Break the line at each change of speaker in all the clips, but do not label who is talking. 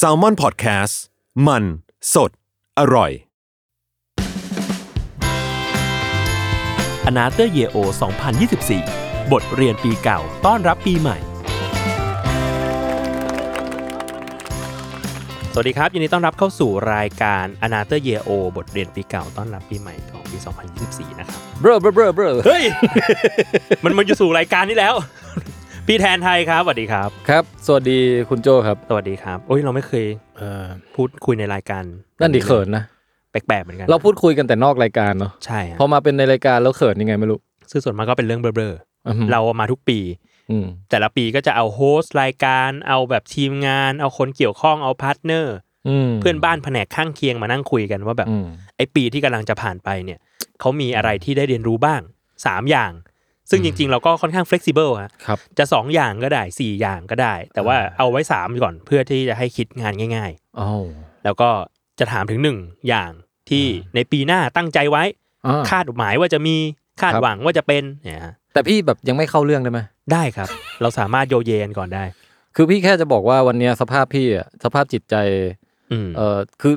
s a l m o n PODCAST มันสดอร่อย
อนาเตอร์เยโอ2024 บทเรียนปีเก่าต้อนรับปีใหม่ สวัสดีครับ ยินดีต้อนรับเข้าสู่รายการอนาเตอร์เยโอบทเรียนปีเก่าต้อนรับปีใหม่ของปี 2024 นะครับ
เบรอเบรอเบรอเบรอ
เฮ้ย มันมันอยู่สู่รายการนี้แล้ว พี่แทนไทยครับสวัสดีครับ
ครับ สวัสดีคุณโจครับ
สวัสดีครับ โอ้ยเราไม่เคย
เออ
พูดคุยในรายการ
นั่นดิเขินนะ
แปลกๆเหมือนกัน
เราพูดคุยกันแต่นอกรายการเนาะ
ใช่ฮะ
พอมาเป็นในรายการแล้วเขินยังไงไม่รู้
ซึ่งส่วนมากก็เป็นเรื่องเบลอ
อือหือ
ๆเรามาทุกปี
อืม
แต่ละปีก็จะเอาโฮสต์รายการ เอาแบบทีมงาน เอาคนเกี่ยวข้อง เอาพาร์ทเนอร์
ม
เพื่อนบ้านแผนกข้างเคียงมานั่งคุยกันว่าแบบ
อืม
ไอ้ปีที่กำลังจะผ่านไปเนี่ยเขามีอะไรที่ได้เรียนรู้บ้าง 3 อย่าง ซึ่งจริงๆ เราก็ค่อนข้าง flexible ฮะ
ครับ
จะ 2 อย่างก็ได้ 4 อย่างก็ได้ แต่ว่าเอาไว้ 3 ก่อนเพื่อที่จะให้คิดงานง่าย
อ้าว
ๆ แล้วก็จะถามถึง 1 อย่างที่ในปีหน้าตั้งใจไว้
อ่า
คาดหมายว่าจะมีคาด
ครับ
หวังว่าจะเป็นเนี่ยฮะ
แต่พี่แบบยังไม่เข้าเรื่องได้ไหม
ได้ครับ เราสามารถโยเยกันก่อนได้
คือพี่แค่จะบอกว่าวันเนี้ยสภาพพี่อะสภาพจิตใจ
อืม
เออคือ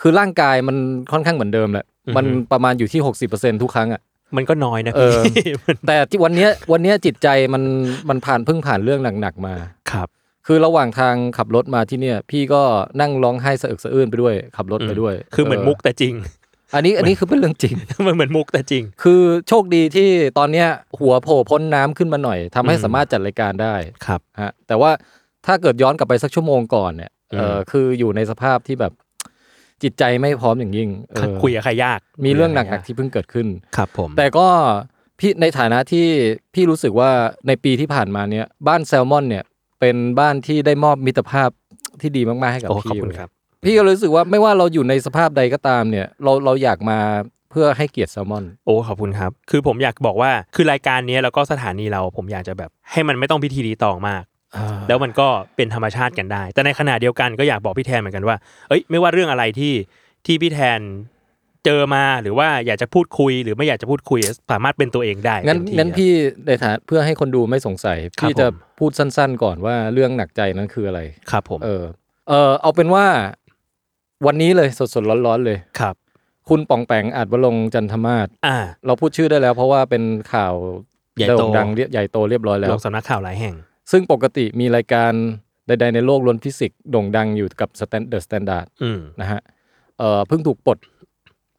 คือร่างกายมันค่อนข้างเหมือนเดิมแหละ
อือหือ
มันประมาณอยู่ที่หกสิบเปอร์เซ็นทุกครั้งอ่ะ
มันก็น้อยนะ
เอ
พี่
อ แต่ที่วันเนี้ยวันเนี้ยจิตใจมัน มันผ่านเพิ่งผ่านเรื่องหนักๆมา
ครับ
คือระหว่างทางขับรถมาที่เนี่ย พี่ก็นั่งร้องไห้สะอึกสะอื้นไปด้วย ขับรถไปด้วย
คือเหมือนมุกแต่จริง
อันนี้อันนี้คือเป็นเรื่องจริง
มันเหมือนมุกแต่จริง
คือโชคดีที่ตอนเนี้ยหัวโผล่พ้นน้ำขึ้นมาหน่อยทำให้
อืม
สามารถจัดรายการได้
ครับ
ฮะแต่ว่าถ้าเกิดย้อนกลับไปสักชั่วโมงก่อนเนี่ยเอ
ม
ออคืออยู่ในสภาพที่แบบจิตใจไม่พร้อมอย่างยิ่งเออ
คุยกับใครยาก
มีเรื่องหนักๆ
ที่
ที่เพิ่งเกิดขึ้น
ครับผม
แต่ก็พี่ในฐานะที่พี่รู้สึกว่าในปีที่ผ่านมาเนี่ยบ้านแซลมอนเนี่ยเป็นบ้านที่ได้มอบมิตรภาพที่ดีมากๆให้กับ
โอ้
พี่
ขอบคุณ
เว้ย
ครับ
พี่ก็รู้สึกว่าไม่ว่าเราอยู่ในสภาพใดก็ตามเนี่ยเราเราอยากมาเพื่อให้เกียรติแซลมอน
โอ้ขอบคุณครับ คือผมอยากบอกว่าคือรายการนี้แล้วก็สถานีเราผมอยากจะแบบ ให้มันไม่ต้องพิธีรีตองมาก แล้วมันก็เป็นธรรมชาติกันได้ แต่ในขณะเดียวกันก็อยากบอกพี่แทนเหมือนกันว่า เอ้ยไม่ว่าเรื่องอะไรที่ที่พี่แทนเจอมาหรือว่าอยากจะพูดคุย หรือไม่อยากจะพูดคุยสามารถเป็นตัวเองได้
งั้น
เต็มที่
งั้น
ครับ
พี่ในฐานะเพื่อให้คนดูไม่สงสัย
ครับ
พี่จะ
ผม
พูดสั้นๆก่อนว่าเรื่องหนักใจนั้นคืออะไร
ครับผม
เออ เออเอาเป็นว่าวันนี้เลยสดๆร้อนๆเลย
ครับ
คุณป่องแปงอาจวลงค์จันทมาศ
อ่า
เราพูดชื่อได้แล้ว เพราะว่าเป็นข่าว
ใหญ่โต
โด่งดังเรียบใหญ่โตเรียบร้อยแล้
ล
ว
งสำนักข่าวหลายแห่ง
ซึ่งปกติมีรายการใด ๆ ในโลกล้วนฟิสิกส์โด่งดังอยู่กับสแตนเดอร์สแตนดาร์ด
อืม
นะฮะเอ่อเพิ่งถูกปลด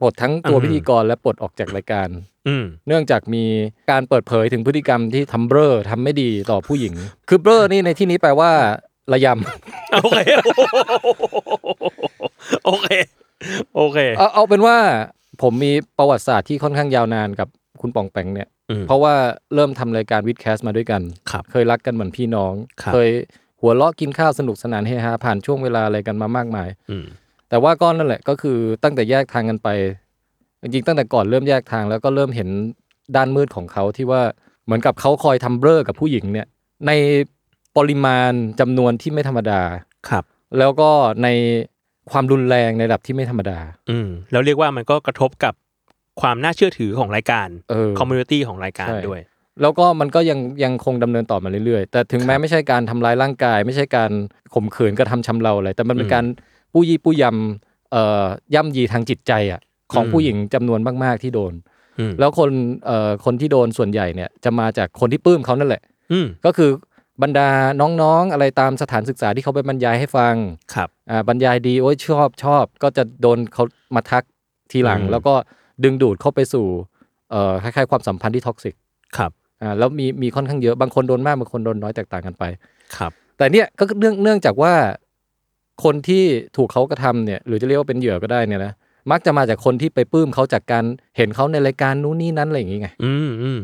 ปลดทั้งตัว
อืม
พิธีกรและปลดออกจากรายการ
อืม
เนื่องจากมีการเปิดเผยถึงพฤติกรรมที่ทำเบ้อทำไม่ดีต่อผู้หญิง คือเบ้อนี่ในที่นี้แปลว่า ระยำ
โอเค โอเค โอเค
เอาเอาเป็นว่าผมมีประวัติศาสตร์ที่ค่อนข้างยาวนานกับคุณปองแปงเนี่ย
อืม
เพราะว่าเริ่มทำรายการวิดแคสต์มาด้วยกัน
ครับ
เคยรักกันเหมือนพี่น้อง
ครับ
เคยหัวเราะกินข้าวสนุกสนานเฮฮาผ่านช่วงเวลาอะไรกันมามากมาย
อืม
แต่ว่าก็นั่นแหละก็คือตั้งแต่แยกทางกันไป จริงๆตั้งแต่ก่อนเริ่มแยกทางแล้วก็เริ่มเห็นด้านมืดของเขาที่ว่าเหมือนกับเขาคอยทำเบ้อกับผู้หญิงเนี่ย ในปริมาณจำนวนที่ไม่ธรรมดา
ครับ
แล้วก็ในความรุนแรงในระดับที่ไม่ธรรมดา
อืม แล้วเรียกว่ามันก็กระทบกับความน่าเชื่อถือของรายการ
เออ
คอมมูนิตี้ของรายการ
ใช่
ด้วย
แล้วก็มันก็ยังยังคงดำเนินต่อมาเรื่อยๆ แต่ถึงแม้ไม่ใช่การทำร้ายร่างกาย ไม่ใช่การข่มขืนกระทำชำเราอะไรแต่มันเป็น
อืม
การปู้ยี่ปู้ยำเอ่อย่ำยีทางจิตใจอ่ะของ
อืม
ผู้หญิงจำนวนมากๆที่โดน
อืม
แล้วคนเอ่อคนที่โดนส่วนใหญ่เนี่ยจะมาจากคนที่ปลื้มเขานั่นแหละ
อืม
ก็คือบรรดาน้องๆ อะไรตามสถานศึกษาที่เขาไปบรรยายให้ฟัง
ครับ
อ่าบรรยายดีโอ้ยชอบชอบ ก็จะโดนเขามาทักทีหลัง
อืม
แล้วก็ดึงดูดเข้าไปสู่เอ่อคล้ายๆความสัมพันธ์ที่ท็อกซิก
ครับ
อ่าแล้วมีมีค่อนข้างเยอะบางคนโดนมากบางคนโดนน้อยแตกต่างกันไป
ครับ
แต่เนี่ยก็เนื่องเนื่องจากว่าคนที่ถูกเขากระทำเนี่ยหรือจะเรียกว่าเป็นเหยื่อก็ได้เนี่ยนะมักจะมาจากคนที่ไปปลื้มเขาจากการเห็นเขาในรายการนู้นนี่นั้นอะไรอย่างงี้ไง
อืมอืม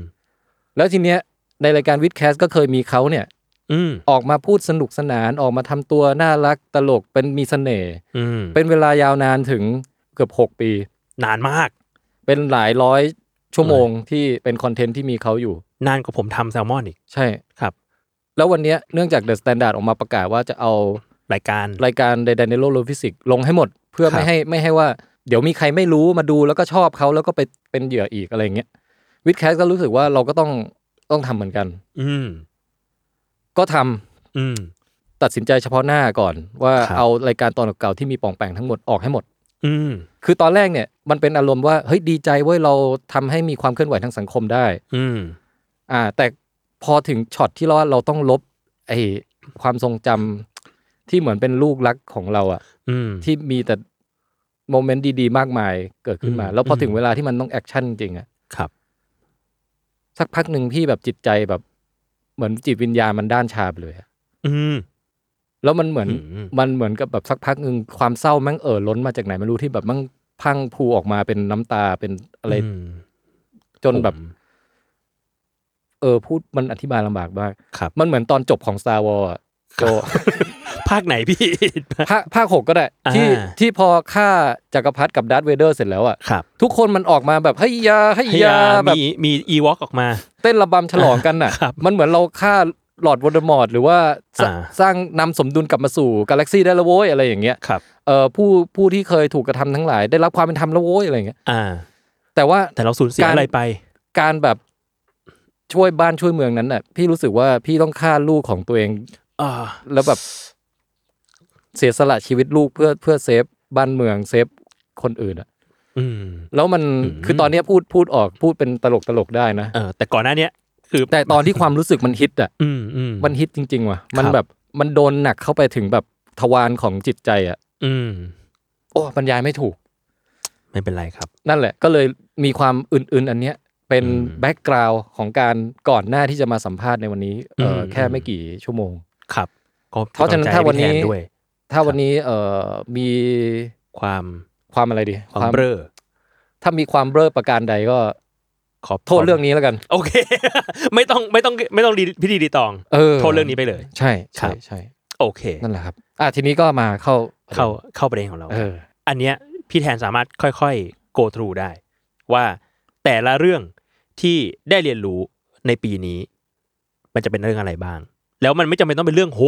แล้วทีเนี้ยในรายการวิดแคสก็เคยมีเขาเนี่ย
อืม
ออกมาพูดสนุกสนานออกมาทำตัวน่ารักตลกเป็นมีเสน่ห์
อืม
เป็นเวลายาวนานถึงเกือบ 6 ปี
นานมาก
เป็นหลายร้อยชั่วโมงที่เป็นคอนเทนต์ที่มีเขาอยู่
นานกว่าผมทำแซลมอนอีก
ใช่
ครับ
แล้ววันเนี้ยเนื่องจากเดอะสแตนดาร์ดออกมาประกาศว่าจะเอา
รายการ
รายการใดๆในโลกโลฟิสิกลงให้หมด เพื่อ
ครับ
ไม่ให้ไม่ให้ว่า เดี๋ยวมีใครไม่รู้มาดูแล้วก็ชอบเขาแล้วก็ไปเป็นเหยื่ออีกอะไรอย่างเงี้ยวิดแคสก็รู้สึกว่าเราก็ต้องต้องทำเหมือนกัน
อืม
ก็ทำ
อืม
ตัดสินใจเฉพาะหน้าก่อนว่า
ครับ
เอารายการตอนเก่าๆที่มีปองแปงทั้งหมดออกให้หมด
อืม
คือตอนแรกเนี่ยมันเป็นอารมณ์ว่าเฮ้ยดีใจเว้ยเราทำให้มีความเคลื่อนไหวทางสังคมได้
อืม
อ่าแต่พอถึงช็อตที่เราว่าเราต้องลบไอ้ความทรงจำที่เหมือนเป็นลูกรักของเราอะ
อืม
ที่มีแต่โมเมนต์ดีๆ มากมายเกิดขึ้นมา
อืม
แล้วพออ
ม
ถึงเวลาที่มันต้องแอคชั่นจริงอะ
ครับ
สักพักหนึ่งพี่แบบจิตใจแบบ เหมือนจิตวิญญาณมันด้านชาไปเลยอะ
อืม
แล้วมันเหมือน
อืม
มันเหมือนกับแบบสักพักหนึ่งความเศร้าแม่งเอ่อล้นมาจากไหนไม่รู้ที่แบบแมั่งพรังพรูออกมาเป็นน้ำตาเป็นอะไร
ม
จนแบบ
ผม
เออพูดมันอธิบายลำบากมาก
ครับ
มันเหมือนตอนจบของ Star Wars อะโจ
ภาคไหนพี่
ภาคภาคหกก็ได้
อ่า
ที่ที่พอฆ่าจักรพรรดิกับดาร์ธเวเดอร์เสร็จแล้วอ่ะ
ครับ
ทุกคนมันออกมาแบบให้ยาให้ยาย
ให้า
แบบ
มีมีอีวอล์กออกมา
เต้นระบำฉลองกันอ่ะ
ครับ
มันเหมือนเราฆ่าหลอร์ดวอลเดอมอร์ดหรือว่าสร้าง
อ่า
สร้างนำสมดุลกลับมาสู่กาแล็กซีได้และโว้ยอะไรอย่างเงี้ย
ครับ
เออผู้ผู้ที่เคยถูกกระทำทั้งหลาย ได้รับความเป็นธรรมและโว้ยอะไรอย่างเงี้ย
อ่า
แต่ว่า
แต่เราสูญเสีย
การ
อะไรไป
การแบบช่วยบ้านช่วยเมืองนั้นน่ะ พี่รู้สึกว่าพี่ต้องฆ่าลูกของตัวเอง
อ่า
แล้วแบบเสียสละชีวิตลูกเพื่อเพื่อเซฟบ้านเมืองเซฟคนอื่นอะ
อืม
แล้วมัน
อืม
คือตอนเนี้ยพูดพูดออกพูดเป็นตลกตลกได้นะ
เออแต่ก่อนหน้าเนี้ย คือ
แต่ตอนที่ความรู้สึกมันฮิตอะ
อืมอืม
มันฮิตจริง ๆ ว่ะ มัน
ครับ
แบบมันโดนหนักเข้าไปถึงแบบทวารของจิตใจอะ
อืม
โอ้บรรยายไม่ถูก
ไม่เป็นไรครับ
นั่นแหละ ก็เลยมีความอื่น ๆ อันเนี้ยเป็น
อืม
แบ็กกราวด์ของการก่อนหน้าที่จะมาสัมภาษณ์ในวันนี้เอออ
ม
แค่ไม่กี่ชั่วโมง
ครับ ก็
เพราะฉะนั้น
ป็กำลังใจ
ถ้าวันนี้
ให้พี่แทด้วย
ถ้าวันนี้เอ่อมี
ความ
ความอะไรดี
ความเบ้อ
ถ้ามีความเบลอประการใดก็
ขอ
โทษเรื่องนี้แล้วกัน
โอเค ไม่ต้องไม่ต้องไม่ต้องพิธีดีตอง
เออ
โทษเรื่องนี้ไปเลย
ใช่
ครั
ใช่
บ
ใช่
โอเค
นั่นแหละครับ อ่ะทีนี้ก็มาเข้า
เข้าเข้าประเด็นของเรา
เออ
อันเนี้ยพี่แทนสามารถค่อยๆ go through ได้ ว่าแต่ละเรื่องที่ได้เรียนรู้ในปีนี้ มันจะเป็นเรื่องอะไรบ้าง แล้วมันไม่จำเป็นต้องเป็นเรื่องโห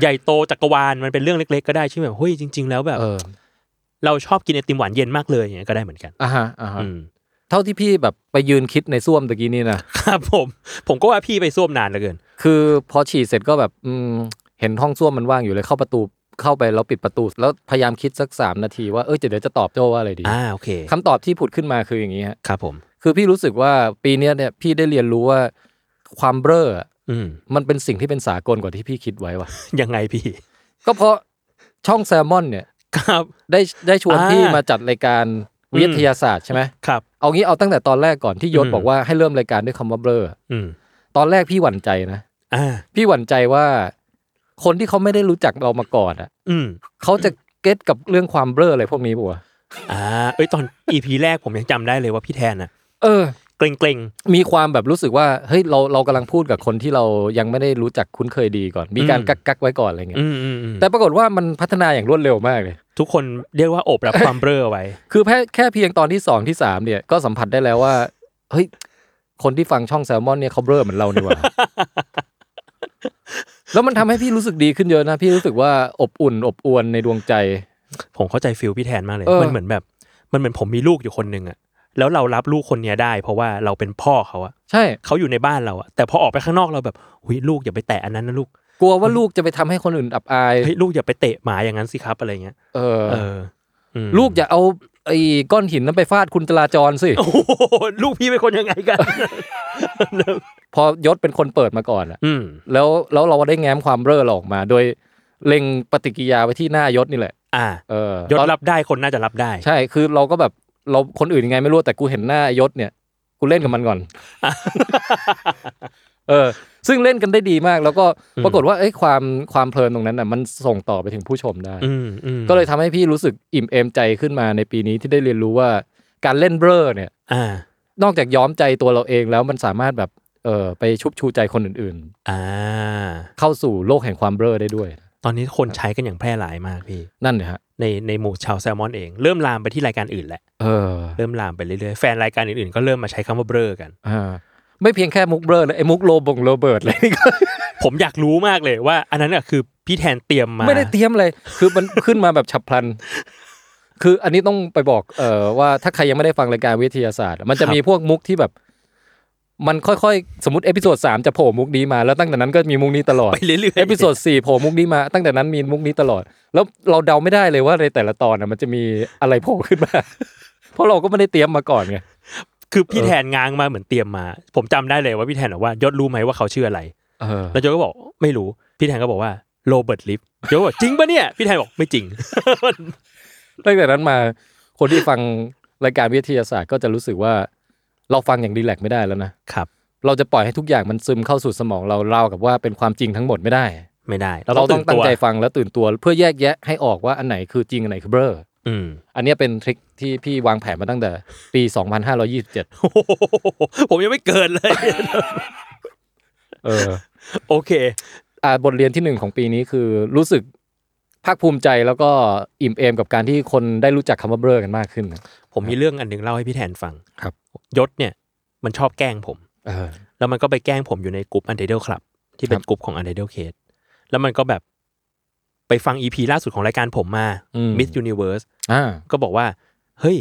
ใหญ่โตจักรวาลมันเป็นเรื่องเล็ก ๆ ก็ได้ใช่ไหมแบบเฮ้ยจริง ๆ แล้วแบบ
เออ
เราชอบกินไอติมหวานเย็นมากเลยอย่างเงี้ยก็ได้เหมือนกัน
อ่ะฮะอ่ะฮะ
อืม
เท่าที่พี่แบบไปยืนคิดในส้วมตะกี้นี่นะครับ
ผม ผมก็ว่าพี่ไปส้วมนานเหลือเกิน
คือพอฉี่เสร็จก็แบบอืมเห็นห้องส้วมมันว่างอยู่เลยเข้าประตูเข้าไปแล้วปิดประตู แล้วพยายามคิดสักสามนาทีว่าเออเดี๋ยวจะตอบโจว่าอะไรดี
อ่าโอเค
คำตอบที่ผุดขึ้นมาคืออย่างนี้ฮะ
ครับผม
คือพี่รู้สึกว่าปีเนี้ยเนี่ยพี่ได้เรียนรู้ว่าความเบ้ออะ
อืม
มันเป็นสิ่งที่เป็นสากลกว่าที่พี่คิดไว้ว่ะ
ยังไงพี่
ก็เพราะช่องแซลมอนเนี่ย
ครับ
ได้ได้ชวน
อ่า
พี่มาจัดรายการวิทยาศาสตร์ใช่ไหม
ครับ
เอางี้เอาตั้งแต่ตอนแรกก่อนที่ยศ
อืม
บอกว่าให้เริ่มรายการด้วยคำว่าเบลอ
อืม
ตอนแรกพี่หวั่นใจนะ
อ่า
พี่หวั่นใจว่า คนที่เขาไม่ได้รู้จักเรามาก่อนอ่ะ
อืม
เขาจะเก็ตกับเรื่องความเบลออะไรพวกนี้ปะวะ
อ่า เอ้ยตอน EP แรกผมยังจำได้เลยว่าพี่แทนอ่ะ
เออ
เกรงเกรง
มีความแบบรู้สึกว่าเฮ้ยเราเรากำลังพูดกับคนที่เรายังไม่ได้รู้จักคุ้นเคยดีก่อน มีการกักกักๆไว้ก่อนอะไร
ๆ
เงี้ย
อืมอืมอืม
แต่ปรากฏว่ามันพัฒนาอย่างรวดเร็วมากเลย
ทุกคนเรียกว่าโอบรับความเบ้อไว้
คือแค่แค่เพียงตอนที่สองที่สามเนี่ยก็สัมผัสได้แล้วว่า เฮ้ย คนที่ฟังช่องแซลมอนเนี่ยเขาเบ้อเหมือนเรานี่หว่า แล้วมันทำให้พี่รู้สึกดีขึ้นเยอะนะ พี่รู้สึกว่าอบอุ่น อบอวนในดวงใจ
ผมเข้าใจฟิลพี่แทนมากเลย
เออ
มันเหมือนแบบ มันเหมือนผมมีลูกอยู่คนหนึ่งอะแล้วเรารับลูกคนเนี้ยได้ เพราะว่าเราเป็นพ่อเขาอะ
ใช่
เขาอยู่ในบ้านเราอะแต่พอออกไปข้างนอกเราแบบหุยลูกอย่าไปแตะอันนั้นนะลูก
กลัวว่าลูกจะไปทำให้คนอื่นอับอาย
เฮ้ยลูกอย่าไปเตะหมาอย่างนั้นสิครับอะไรเงี้ย
เออ
เอออืม
ลูกอย่าเอาไอ้ก้อนหินนั้นไปฟาดคุณจราจรสิ
โอ้โหลูกพี่เป็นคนยังไงกัน
พอยศเป็นคนเปิดมาก่อนอะ
อืม
แล้วแล้วเราได้แง้มความเบ้อเราออกมา โดยเล็งปฏิกิริยาไว้ที่หน้ายศนี่แหละ
อ่า
เออย
ศ
ตอน
รับได้คนน่าจะรับได้
ใช่ คือเราก็แบบเราคนอื่นยังไงไม่รู้แต่กูเห็นหน้ายศเนี่ย กูเล่นกับมัน ก่อน เออ ซึ่งเล่นกันได้ดีมาก แล้วก็
อืม
ปรากฏว่าเอ้ยความความเพลินตรงนั้นน่ะมันส่งต่อไปถึงผู้ชมได้
อืมอืม
ก็เลยทำให้พี่รู้สึกอิ่มเอมใจขึ้นมาในปีนี้ที่ได้เรียนรู้ว่า การเล่นเบ้อเนี่ย
อ่า
นอกจากย้อมใจตัวเราเองแล้วมันสามารถแบบ เอ่อไปชุบชูใจคนอื่น
อ่า
ๆ เข้าสู่โลกแห่งความเบ้อได้ด้วย
ตอนนี้คนใช้กันอย่างแพร่หลายมากพี่
นั่นเนี่ยฮะ
ในในหมู่ชาวแซลมอนเอง เริ่มลามไปที่รายการอื่นแหละ
เออ
เริ่มลามไปเรื่อยๆ แฟนรายการอื่นๆ ก็เริ่มมาใช้คำว่าเบลอกัน
อ่าไม่เพียงแค่มุกเบ้อเลยไอ้มุกโลบงโรเบิร์ตเลยนี่ก็
ผมอยากรู้มากเลยว่า อันนั้นน่ะคือพี่แทนเตรียมมา
ไม่ได้เตรียมเลยคือมัน ขึ้นมาแบบฉับพลัน คืออันนี้ต้องไปบอกเอ่อว่าถ้าใครยังไม่ได้ฟังรายการวิทยาศาสตร์ มันจะ
ครับ
มีพวกมุกที่แบบ มันค่อยๆ สมมติเอพิโซดสามจะโผล่มุกนี้มา แล้วตั้งแต่นั้นก็มีมุกนี้ตลอด
ไปเรื่อยๆ
เอพิโซดสี่โผล่มุกนี้มา ตั้งแต่นั้นมีมุกนี้ตลอด แล้วเราเดาไม่ได้เลยว่าในแต่ละตอนน่ะมันจะมีอะไรโผล่ขึ้นมา เพราะเราก็ไม่ได้เตรียมมาก่อนไง
คือพี่
เออ
แทนง้างมาเหมือนเตรียมมา ผมจำได้เลยว่าพี่แทนบอกว่ายศรู้ไหมว่าเขาชื่ออะไร
เออ
แล้วโจก็บอกไม่รู้ พี่แทนก็บอกว่าโรเบิร์ตลิฟโจก็บอกจริงปะเนี่ย พี่แทนบอกไม่จริง
ตั้งแต่นั้นมาคนที่ฟังรายการวิทยาศาสตร์ก็จะรู้สึกว่า เราฟังอย่างรีแลกซ์ไม่ได้แล้วนะ
ครับ
เราจะปล่อยให้ทุกอย่างมันซึมเข้าสู่สมองเราราวกับว่าเป็นความจริงทั้งหมดไม่ได้
ไม่ได้ เรา
เรา
ต้
ต้
อ
อง ง
ตื่นตั
ตั้ง
ว
ใจฟังและตื่นตัวเพื่อแยกแยะให้ออกว่าอันไหนคือจริงอันไหนคือเบ้อ
อืม
อันเนี้ยเป็นทริคที่พี่วางแผนมาตั้งแต่ปี 2527
โอ้โหผมยังไม่เกิดเลย
เออ
โอเค
อ่าบทเรียนที่หนึ่งของปีนี้คือรู้สึกภาคภูมิใจแล้วก็อิ่มเอมกับการที่คนได้รู้จักคำว่าเบ้อกันมากขึ้น
ผมมีเรื่องอันหนึงเล่าให้พี่แทนฟัง
ครับ
ยศเนี่ย มันชอบแกล้งผม
เออ
แล้วมันก็ไปแกล้งผมอยู่ในกลุ่ม Untitled Club ที่เป็น
ครับ
กลุ่มของ Untitled Case แล้วมันก็แบบไปฟัง EP ล่าสุดของรายการผมมา
อืม
Miss Universe
อ่า
ก็บอกว่า เฮ้ย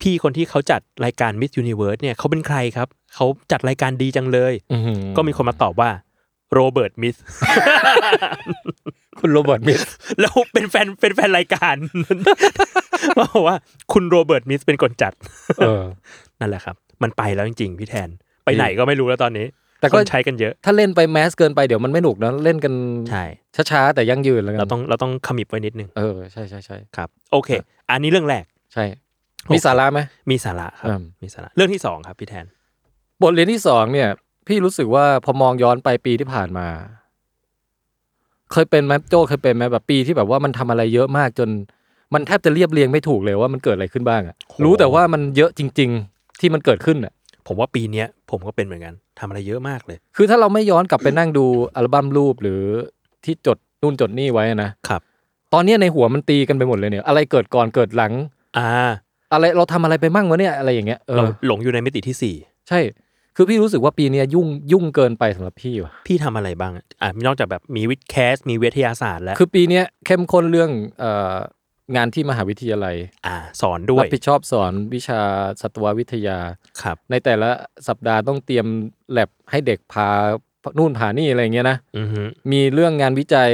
พี่คนที่เขาจัดรายการ Miss Universe เนี่ยเขาเป็นใครครับ เขาจัดรายการดีจังเลย
อื้อหือ
ก็มีคนมาตอบว่าโรเบิร์ตมิส
คุณโรเบิร์ตมิด
แล้วเป็นแฟนเป็นแฟนรายการ มาบอกว่าคุณโรเบิร์ตมิสเป็นคนจัด
เออ
นั่นแหละครับ มันไปแล้วจริงๆพี่แทน ไปไหนก็ไม่รู้แล้วตอนนี้
แต่ก็
คนใช้กันเยอะ
ถ้าเล่นไปแมสเกินไปเดี๋ยวมันไม่หนุกนะเล่นกัน
ใช่
ช้าๆแต่ยั่งยืนแล้วกั
เรา
น
ต้องเราต้องขมิบไว้นิดนึง
เออใช่ใช่ใช่
ครับ โอเค อันนี้เรื่องแรก
ใช่
โอเค
มีสาระไหม
มีสาระครับ
อืม
มีสาระ เรื่องที่สองครับพี่แทน
บทเรียนที่สองเนี่ย พี่รู้สึกว่าพอมองย้อนไปปีที่ผ่านมา เคยเป็นไหมโจเคยเป็นไหมแบบปีที่แบบว่ามันทำอะไรเยอะมากจน มันแทบจะเรียบเรียงไม่ถูกเลยว่ามันเกิดอะไรขึ้นบ้างอะ
โห
รู้แต่ว่ามันเยอะจริง ๆ ที่มันเกิดขึ้นอ่ะ
ผมว่าปีเนี้ยผมก็เป็นเหมือนกันทำอะไรเยอะมากเลย
คือถ้าเราไม่ย้อนกลับไปนั่งดูอัลบั้มรูปหรือที่จดนู่นจดนี่ไว้อะนะครับ ตอนเนี้ยในหัวมันตีกันไปหมดเลยเนี่ย อะไรเกิดก่อนเกิดหลัง
อ่า
อะไรเราทำอะไรไปมั่งวะเนี่ยอะไรอย่างเงี้ยเอ
เรา
อ
หลงอยู่ในมิติที่สี่
ใช่ คือพี่รู้สึกว่าปีเนี้ยยุ่งยุ่งเกินไปสำหรับพี่ว่ะ
พี่ทำอะไรบ้าง อ่ะมีนอกจากแบบมีวิดแคส มีวิทยาศาสตร์แล้ว
คือปีเนี้ยเข้มข้นเรื่องเอ่องานที่มหาวิทยาลัย
อ่า สอนด้ว
รั
ย
บผิดชอบสอนวิชาสัตววิทยา
ครับ
ในแต่ละสัปดาห์ต้องเตรียมแลบให้เด็กพานู่นพานี่อะไรอย่างเงี้ยนะ
อือฮึ
มีเรื่องงานวิจัย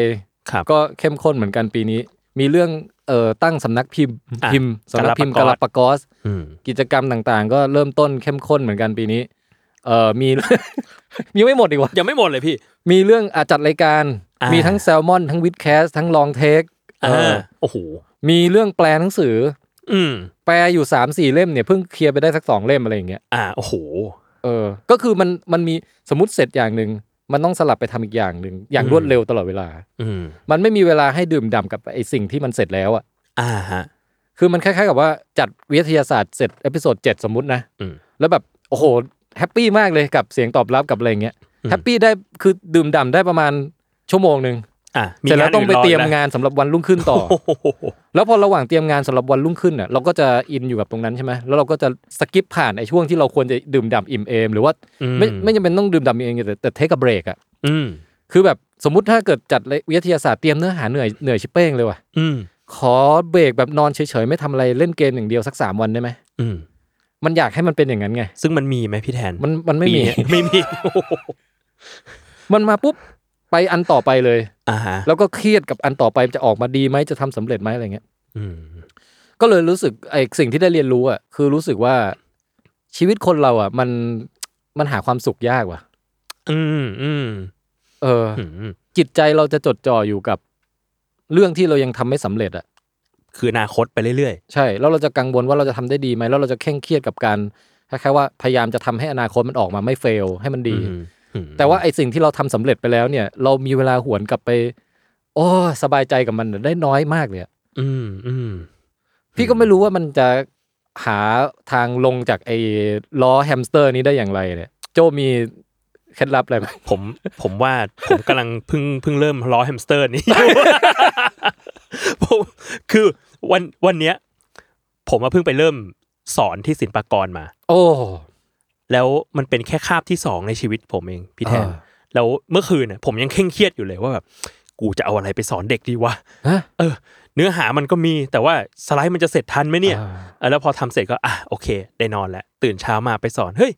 ครับ
ก็เข้มข้นเหมือนกันปีนี้ มีเรื่องเอ่อตั้งสำนักพิมพ์
อ่ะ
พิมพ์สำนักพิมพ์กา
Galapagos
ลาปากอส
อืม
กิจกรรมต่างๆ ก็เริ่มต้นเข้มข้นเหมือนกันปีนี้เอ่อมี ยังไม่หมดอีกวะ
ยังไม่หมดเลยพี่
มีเรื่องอาจัดรายการ
อ่ามี
มีทั้งแซลมอน ทั้งวิดแคส ทั้งลองเทคเอ
อ่
อา
โอ้โห
มีเรื่องแปลหนังสือ
อืม
แปลอยู่3ามสี่เล่มเนี่ยเพิ่งเคลียร์ไปได้สักสองเล่มอะไรอย่างเงี้ย
อ่าโอ้โห
เออก็คือมันมันมีสมมติเสร็จอย่างหนึ่งมันต้องสลับไปทำอีกอย่างหนึ่งอย่าง
อืม
รวดเร็วตลอดเวลา
อืม
มันไม่มีเวลาให้ดื่มด่ำกับไอสิ่งที่มันเสร็จแล้วอ่ะ
อ่าฮะ
คือมันคล้ายๆกับว่าจัดวิทยาศาสตร์เสร็จเอพิโซดเจ็ดสมมตินะ
อืม
แล้วแบบโอ้โหแฮปปี้มากเลยกับเสียงตอบรับกับอะไรอย่างเงี้ย
อืม
แฮปปี้ได้คือดื่มด่ำได้ประมาณชั่วโมงหนึ่ง
อ่ะมี
เสร็จแล้วต้องไป
นน
เตรียม
แล้
งานสำหรับวันรุ่งขึ้นต่อ
โอ้โห
แล้วพอระหว่างเตรียมงานสำหรับวันรุ่งขึ้นน่ะเราก็จะอินอยู่กับตรงนั้นใช่ไหมแล้วเราก็จะสกิปผ่านไอ้ช่วงที่เราควรจะดื่มด่ำอิ่มเอมหรือว่า
อื
ไม่ไม่จำเป็นต้องดื่มด่ำอิ่มเอมแต่แต่เทคกับเบรกอ่ะ
อืม
คือแบบสมมติถ้าเกิดจัดวิทยาศาสตร์เตรียมเนื้อหาเหนื่อยเหนื่อยชิบเป้งเลยว่ะ
อืม
ขอเบรกแบบนอนเฉยๆไม่ทำอะไรเล่นเกมอย่างเดียวสักสามวันได้ไหม
อืม
มันอยากให้มันเป็นอย่างนั้นไง
ซึ่งมันมีไหมพี่แทน
มันมันไม่มี
ปี เนี้ย ไม่มีโอ้โห
มันมาปุ๊บไปอันต่อไปเลย
อ่าฮะ
แล้วก็เครียดกับอันต่อไปจะออกมาดีไหมจะทำสำเร็จไหมอะไรเงี้ย
อืม
ก็เลยรู้สึกไอ้สิ่งที่ได้เรียนรู้อ่ะคือรู้สึกว่าชีวิตคนเราอ่ะ มันมันหาความสุขยากว่ะ
อืมอืม
เออ
อืม
จิตใจเราจะจดจ่ออยู่กับเรื่องที่เรายังทำไม่สำเร็จอ่ะ
คืออนาคตไปเรื่อย
ใช่ แล้วเราจะกังวลว่าเราจะทำได้ดีไหมแล้วเราจะเคร่งเครียดกับการคล้ายๆว่าพยายามจะทำให้อนาคตมันออกมาไม่เฟลให้มัน
ๆ
ดี
อืมอืม
แต่ว่าไอ้สิ่งที่เราทำสำเร็จไปแล้วเนี่ย เรามีเวลาหวนกลับไป โอ้สบายใจกับมันได้น้อยมากเลยอะ
อืมอืม
พี่ก็ไม่รู้ว่ามันจะหาทางลงจากไอ้ล้อแฮมสเตอร์นี้ได้อย่างไรเนี่ย โจมี เคล็ดลับอะไรไหม
ผมผมว่า ผมกำลังเพิ่งเพิ่งเริ่มล้อ แฮมสเตอร์นี่อยู่ ผมคือวันวันเนี้ย ผมอะเพิ่งไปเริ่มสอนที่ศิลปากรมา
โอ้
แล้วมันเป็นแค่คาบที่สองในชีวิตผมเองพี่แทน
อ่า
แล้วเมื่อคืนน่ะผมยังเคร่งเครียดอยู่เลยว่าแบบกูจะเอาอะไรไปสอนเด็กดีวะ
ฮะ
เออ เนื้อหามันก็มีแต่ว่าสไลด์มันจะเสร็จทันไหมเนี่ย
อ่า
เออแล้วพอทำเสร็จก็อ่ะโอเค ได้นอนแล้ว ตื่นเช้ามาไปสอน เฮ้ย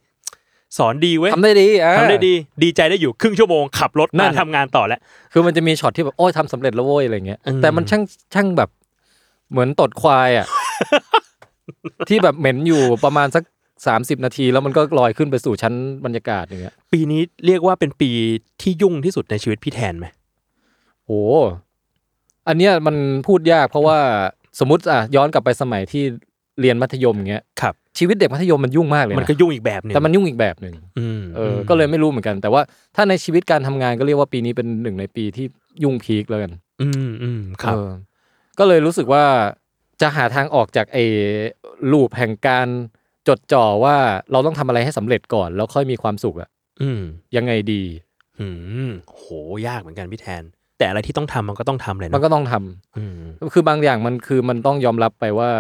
สอนดีเว้ย
ทำได้ดีอ่ะ
ทำได้ดี ดีใจได้อยู่ครึ่งชั่วโมงขับรถ
นั่
มาน ทำงานต่อแล้ว
คือมันจะมีช็อตที่แบบโอ้ยทำสำเร็จแล้วโว้ยอะไรเงี้ย
อืม
แต่มันช่างช่างแบบเหมือนตดควาย อ่ะ ที่แบบเหม็นอยู่ประมาณสักสามสิบนาที แล้วมันก็ลอยขึ้นไปสู่ชั้นบรรยากาศอย่างเงี้ย
ปีนี้เรียกว่าเป็นปีที่ยุ่งที่สุดในชีวิตพี่แทนไหม
โอ้อันเนี้ยมันพูดยากเพราะว่าสมมติอ่ะย้อนกลับไปสมัยที่เรียนมัธยมเงี้ย
ครับ
ชีวิตเด็กมัธยมมันยุ่งมากเลย
มัน
นะ
ก็ยุ่งอีกแบบหนึง
แต่มันยุ่งอีกแบบหนึ่ง
อืม
เอออก็เลยไม่รู้เหมือนกัน แต่ว่าถ้าในชีวิตการทำงานก็เรียกว่าปีนี้เป็นหนึ่งในปีที่ยุ่งพีคแล้วกัน
อืมอืมครับ
เออก็เลยรู้สึกว่าจะหาทางออกจากไอ้ลูปแห่งการจดจ่อว่าเราต้องทำอะไรให้สำเร็จก่อน แล้วค่อยมีความสุขอะ
อืม
ยังไงดี
อืมโหยากเหมือนกันพี่แทน แต่อะไรที่ต้องทำมันก็ต้องทำเลย
มัน
นะ
ก็ต้องทำ
อืม
คือบางอย่างมันคือมันต้องยอมรับไปว่า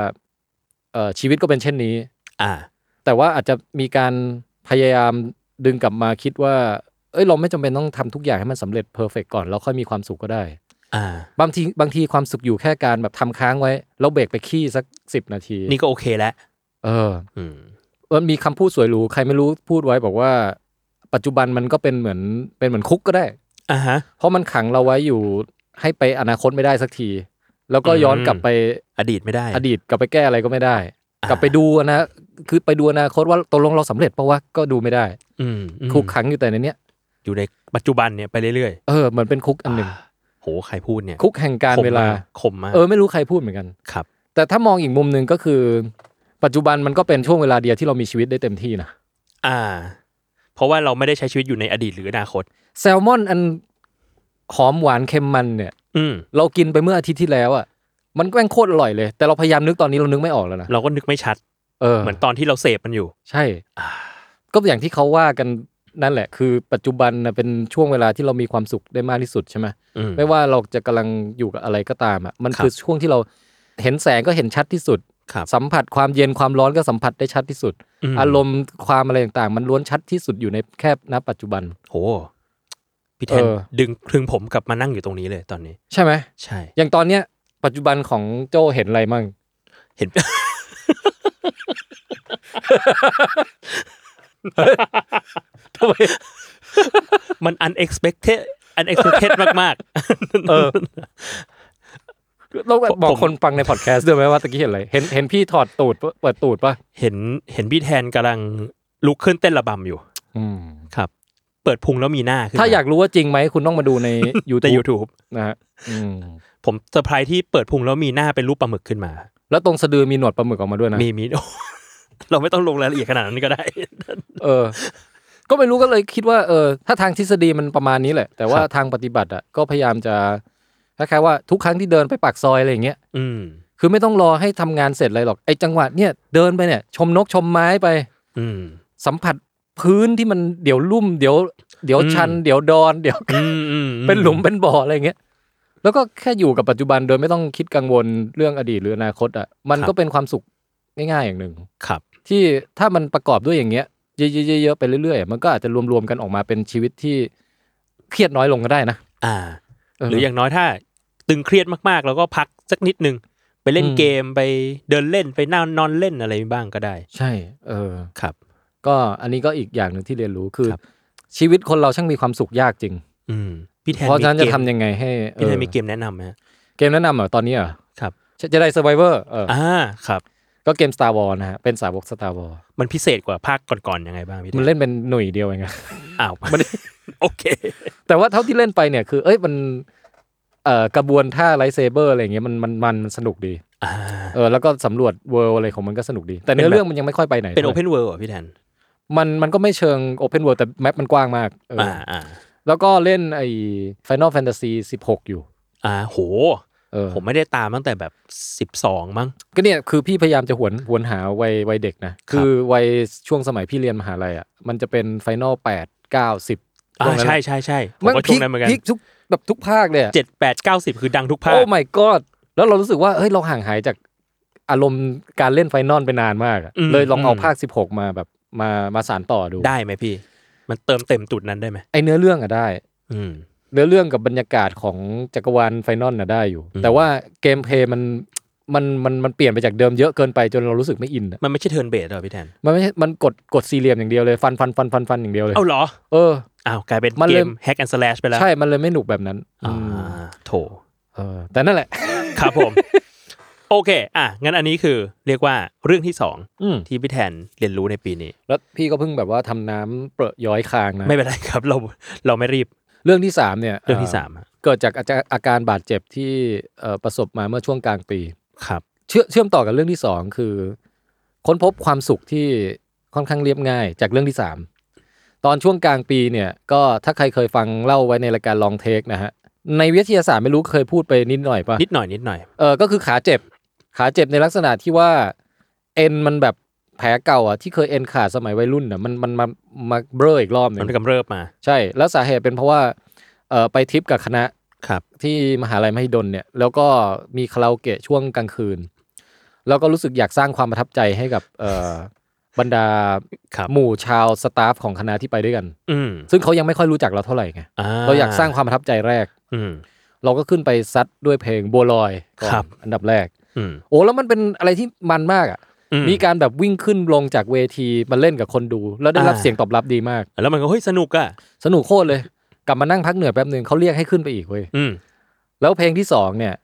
เออชีวิตก็เป็นเช่นนี้
อ่า
แต่ว่าอาจจะมีการพยายามดึงกลับมาคิดว่า เอ้ยเราไม่จำเป็นต้องทำทุกอย่างให้มันสำเร็จเพอร์เฟกก่อนแล้วค่อยมีความสุขก็ได้
อ่า
บางทีบางทีความสุขอยู่แค่การแบบทำค้างไว้แล้วเบรกไปขี้สักสิบนาที
นี่ก็โอเคแล้ว
เออ
อืม
มันมีคำพูดสวยหรูใครไม่รู้พูดไว้บอกว่า ปัจจุบันมันก็เป็นเหมือนเป็นเหมือนคุกก็ได้
อ่าฮะ
เพราะมันขังเราไว้อยู่ให้ไปอนาคตไม่ได้สักที แล้วก็ย้อน
อืม
กลับไป
อดีตไม่ได้
อดีตกลับไปแก้อะไรก็ไม่ได้
อ่าก
ลับไปดูอนะคือไปดูอนาคตว่าตกลงเราสำเร็จปะวะก็ดูไม่ได้
อืมอืม
คุกขังอยู่แต่ในเนี้ย
อยู่ในปัจจุบันเนี่ยไปเรื่อย
เออเหมือนเป็นคุกอันหนึ่ง
ๆโหใครพูดเนี่ย
คุกแห่งการเวลา
คมมาก
เออไม่รู้ใครพูดเหมือนกัน
ครับ
แต่ถ้ามองอีกมุมหนึ่งก็คือ ปัจจุบันมันก็เป็นช่วงเวลาเดียวที่เรามีชีวิตได้เต็มที่นะ
อ่า เพราะว่าเราไม่ได้ใช้ชีวิตอยู่ในอดีตหรืออนาคต
แซลมอนอันหอมหวานเค็มมันเนี่ย
อืม
เรากินไปเมื่ออาทิตย์ที่แล้วอ่ะมันแม่งโคตรอร่อยเลย แต่เราพยายามนึกตอนนี้เรานึกไม่ออกแล้วนะ
เราก็นึกไม่ชัด
เออ
เหมือนตอนที่เราเสพมันอยู่
ใช่
อ่า
ก็อย่างที่เขาว่ากันนั่นแหละ คือปัจจุบันนะเป็นช่วงเวลาที่เรามีความสุขได้มากที่สุดใช่ไหม
อืม
ไม่ว่าเราจะกำลังอยู่กับอะไรก็ตามอ่ะมัน
ครับ
คือช่วงที่เราเห็นแสงก็เห็นชัดที่สุด
ครับ
สัมผัสความเย็นความร้อนก็สัมผัสได้ชัดที่สุด อารมณ์ความอะไรต่างๆ มันล้วนชัดที่สุดอยู่ในแค่ณปัจจุบัน
โหพี่แทน
เออ
ดึงคลึงผมกลับมานั่งอยู่ตรงนี้เลยตอนนี้
ใช่ไหม
ใช่
อย่างตอนเนี้ยปัจจุบันของโจเห็นอะไรมั่ง
เห็น
ทำไม
มัน unexpected unexpected มากๆ
เออ ต้อง
ผม
บอก
ผม
คนฟังในพอดแคสต์ด้วยไหมว่าตะกี้เห็นอะไร เห็นเห็นพี่ถอดตูดปะเปิดตูดปะ
เห็นเห็นพี่แทนกำลังลุกขึ้นเต้นระบำอยู่ ครับ เปิดพุงแล้วมีหน้าขึ้นม
ถ้าอยากรู้ว่าจริงไหมคุณต้องมาดู ใน
แต่
YouTube
YouTube
นะฮะอืม
ผมเซอร์ไพรส์ที่เปิดพุงแล้วมีหน้าเป็นรูปปลาหมึกขึ้นมา
แล้วตรงสะดือมีหนวดปลาหมึกออกมาด้วยนะ
มีมี เราไม่ต้องลงรายละเอียดขนาดนั้นก็ได้
เออ ก็ไม่รู้ก็เลยคิดว่าเออถ้าทางทฤษฎีมันประมาณนี้แหละ แต่ว่า
ครับ
ทางปฏิบัติอ่ะก็พยายามจะคล้ายๆว่าทุกครั้งที่เดินไปปากซอยอะไรอย่างเงี้ย
อืม
คือไม่ต้องรอให้ทำงานเสร็จอะไรหรอกไอ้จังหวะเนี่ยเดินไปเนี่ย ชมนกชมไม้ไป
อืม
สัมผัสพื้นที่มันเดี๋ยวลุ่ม เดี๋ยวเดี๋ยว
อืม
ชัน เดี๋ยวดอนเดี๋ยว
อืมอืม
เป็นหลุมเป็นบ่ออะไรอย่างเงี้ย แล้วก็แค่อยู่กับปัจจุบันโดยไม่ต้องคิดกังวลเรื่องอดีตหรืออนาคตอ่ะ มันก็เป็นความสุขง่ายๆอย่างหนึ่ง
ครับ
ที่ถ้ามันประกอบด้วยอย่างเงี้ยเยอะๆๆๆไปเรื่อยๆ มันก็อาจจะรวมๆกันออกมาเป็นชีวิตที่เครียดน้อยลงก็ได้นะ
อ่า
เห
รืออย่างน้อยถ้า ตึงเครียดมากๆ แล้วก็พักสักนิดนึง ไปเล่นเกมไปเดินเล่นไปนั่งนอนเล่นอะไรบ้างก็ได้
ใช่ เออ
ครับ
ก็อันนี้ก็อีกอย่างหนึ่งที่เรียนรู้คือ
ครับ
ชีวิตคนเราช่างมีความสุขยากจริง
อืม พี่แทน
เพราะฉะนั้น
มี
จะ
เก
ทำ
ม
ยังไงให้เอ
พี่แท
อน
มีเกมแนะนำไหมฮะ
เกมแนะนำเหรอตอนนี้เหรอ
ครับ
จะจะได้ survivor เอออ
อ่า ครับ
ก็เกม Star Wars นะฮะเป็นสาวก Star Wars
มันพิเศษกว่าภาคก่อนๆยังไงบ้างพี่แท
มันเล่นเป็นหน่วยเดียวเองอะ
อ้าว
มัน
โอเค
แต่ว่าเท่าที่เล่นไปเนี่ยคือ เอ้ยมันเอ่อกระบวนท่าไลท์เซเบอร์อะไรอย่างเงี้ยมันมันมันมันสนุกดี
อ่า
เออแล้วก็สำรวจเวิลด์อะไรของมันก็สนุกดี แต่เนื้อ
เป็นแบบ
เรื่องมันยังไม่ค่อยไปไหน
เป็นโอ
ท่าไห
เพ
ร่
นเวิลด์อ่ะพี่แทน
มันมันก็ไม่เชิงโอเพนเวิลด์แต่แมปมันกว้างมากเอออ
อ่า อ่า
แล้วก็เล่นไอ้ Final Fantasy 16 อยู่
อ่า โห
เออ
ผมไม่ได้ตามตั้งแต่แบบสิบสองมั้ง
ก็เนี่ยคือพี่พยายามจะหวนหวนหาวัยวัยเด็กนะ
ครับ
คือวัยช่วงสมัยพี่เรียนมหาลัยอ่ะมันจะเป็น Final 8 เก้าสิบ
อ่าใช่ใช่ใช่ผม
มัน
ก็
พลิ
ช่ว
ก
งนั้นเหมือนกัน
พลิกทุกแบบทุกภาคเลยอะ
เจ็ดแปดเก้าสิบคือดังทุกภาค
โอ้ my god แล้วเรารู้สึกว่าเฮ้ยเราห่างหายจากอารมณ์การเล่นไฟนอลไปนานมากอะเลยลองเอาภาค 16 มาแบบมามาสานต่อดู
ได้ไหมพี่ มันเติมเต็มจุดนั้นได้ไหม
ไอเนื้อเรื่องอะได้
อืม
เนื้อเรื่องกับบรรยากาศของจักรวาลไฟนอลน่ะได้อยู่
อืม
แต่ว่าเกมเพลย์มันมันมันมันเปลี่ยนไปจากเดิมเยอะเกินไปจนเรารู้สึกไม่อินอะ
มันไม่ใช่เทิร์นเบสหรอพี่แทน
มันไม่ใช่มันกดกดสี่เหลี่ยมอย่างเดียวเลยฟันฟันฟันฟันฟันอย่างเดียวเลย
เอาเหรอ
เออ
อ้าวกลายเป็น
มัน
เก
เลย
มแฮกแอนด์สแลชไปแล้ว
ใช่มันเลยไม่หนุกแบบนั้น
อ่า
อืม
โถ
เออแต่นั่นแหละ
ครับ ผม โอเค อ่ะ งั้นอันนี้คือเรียกว่าเรื่องที่สอง
อืม
ที่พี่แทนเรียนรู้ในปีนี้
แล้วพี่ก็เพิ่งแบบว่าทำน้ำเปรอะย้อยคางนะ
ไม่เป็นไรครับ เราเราไม่รีบ
เรื่องที่สามเนี่ย
เรื่องที่
า
สามอะ
เกิดจากอาจจะอาการบาดเจ็บที่เอ่อประสบมาเมื่อช่วงกลางปี
ครับ
เชื่อเชื่อมต่อกับเรื่องที่สองคือ ค้นพบความสุขที่ค่อนข้างเรียบง่ายจากเรื่องที่สามตอนช่วงกลางปีเนี่ยก็ถ้าใครเคยฟังเล่าไว้ในรายการลองเทคนะฮะในวิทยาศาสตร์ไม่รู้เคยพูดไปนิดหน่อยปะ
นิดหน่อยนิดหน่อย
เออก็คือขาเจ็บ ขาเจ็บในลักษณะที่ว่าเอ็นมันแบบแผลเก่าอ่ะที่เคยเอ็นขาดสมัยวัยรุ่นอ่ะมันมันมามาเบ้ออีกรอบหนึ่
มั
ง
นกำเริบมา
ใช่ แล้วสาเหตุเป็นเพราะว่าเออไปทริปกับคณะ
ครับ
ที่มหาลัยมหิดลเนี่ยแล้วก็มีคาราโอเกะช่วงกลางคืน แล้วก็รู้สึกอยากสร้างความประทับใจให้กับเอ่อบรรดา
ครับ
หมู่ชาวสตาฟของคณะที่ไปด้วยกัน
อืม
ซึ่งเขายังไม่ค่อยรู้จักเราเท่าไหร่ไงเราอยากสร้างความประทับใจแรก
อืม
เราก็ขึ้นไปซัดด้วยเพลงบัวลอยก่อน
ครับ
อันดับแรก
อืม
โอ้แล้วมันเป็นอะไรที่มันมากอ่ะ
อื
มีการแบบวิ่งขึ้นลงจากเวทีมาเล่นกับคนดู แล้วได้รับเสียงตอบรับดีมาก
แล้วมันก็เฮ้ยสนุกอ่ะ
สนุกโคตรเลย กลับมานั่งพักเหนื่อยแป๊บหนึ่งเขาเรียกให้ขึ้นไปอีกเว้ย
อืม
แล้วเพลงที่สองเนี่ย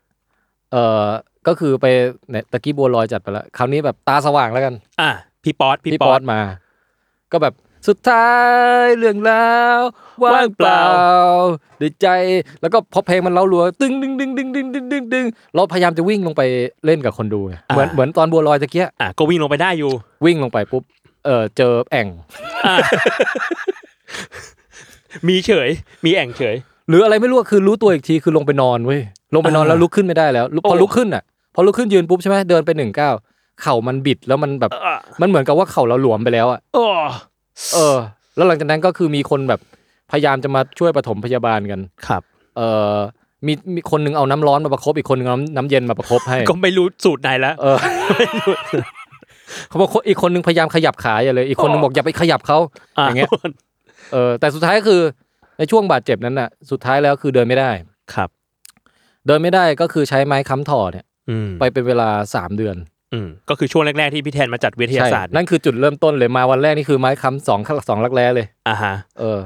เออก็คือไปเนี่ยตะกี้บัวลอยจัดไปแล้ว คราวนี้แบบตาสว่างแล้วกัน
อ่ะพี่ป๊อต
พี่
พี่
ป๊
ป๊
อ
อ
ต
ต
มา ก็แบบสุดท้ายเรื่องราวว่างเปล่า
ว่างเปล่
ดีใจ แล้วก็พอเพลงมันเล่ารัวตึงดึงดึงดึงดึงดึงดึงดึงเราพยายามจะวิ่งลงไปเล่นกับคนดูไงเหมือนเหมือนตอนบัวลอยตะเกีย
อ่ะก็วิ่งลงไปได้อยู่
วิ่งลงไปปุ๊บเออเจอแอ่ง
อ่ะ มีเฉย มีแอ่งเฉย
หรืออะไรไม่รู้อะคือรู้ตัวอีกทีคือลงไปนอนเว้ยลงไปนอน
อ่า
แล้วลุกขึ้นไม่ได้แล้วลุกพอ
โอ้
ลุกขึ้นอ่ะ พอลุกขึ้นยืนปุ๊บใช่ไหมเดินไปหนึ่งก้าวเข่ามันบิดแล้วมันแบบ
อ่ะ
มันเหมือนกับว่าเข่าเราหลวมไปแล้วอ่ะ
อ้อ
เออ แล้วหลังจากนั้นก็คือมีคนแบบพยายามจะมาช่วยปฐมพยาบาลกัน
ครับ
เออมีมีคนหนึงเอาน้ำร้อนมาประคบอีกคนหนึงเอาน้ำน้ำเย็นมาประคบให้
ก็ไม่รู้สูตรไหนแล้ว
เออ เขาบอกคนอีกคนหนึงพยายามขยับขาอย่าเลย อีกคนหนึงบอกอย่าไปขยับเขา อย่างเงี้ย เออ แต่สุดท้ายคือในช่วงบาดเจ็บนั้นอ่ะ สุดท้ายแล้วคือเดินไม่ได้
ครับ
เดินไม่ได้ก็คือใช้ไม้ค้ำถ่อเนี่ย
อืม
ไปเป็นเวลา 3 เดือน
อืมก็คือช่วงแรก ๆ ที่พี่แทนมาจัดวิทยาศาสตร์
ใช่นั่นคือจุดเริ่มต้นเลยมาวันแรกนี่คือไม้ค้ำสองข้างสองลักแร้เลย
อ่าฮะ
เออ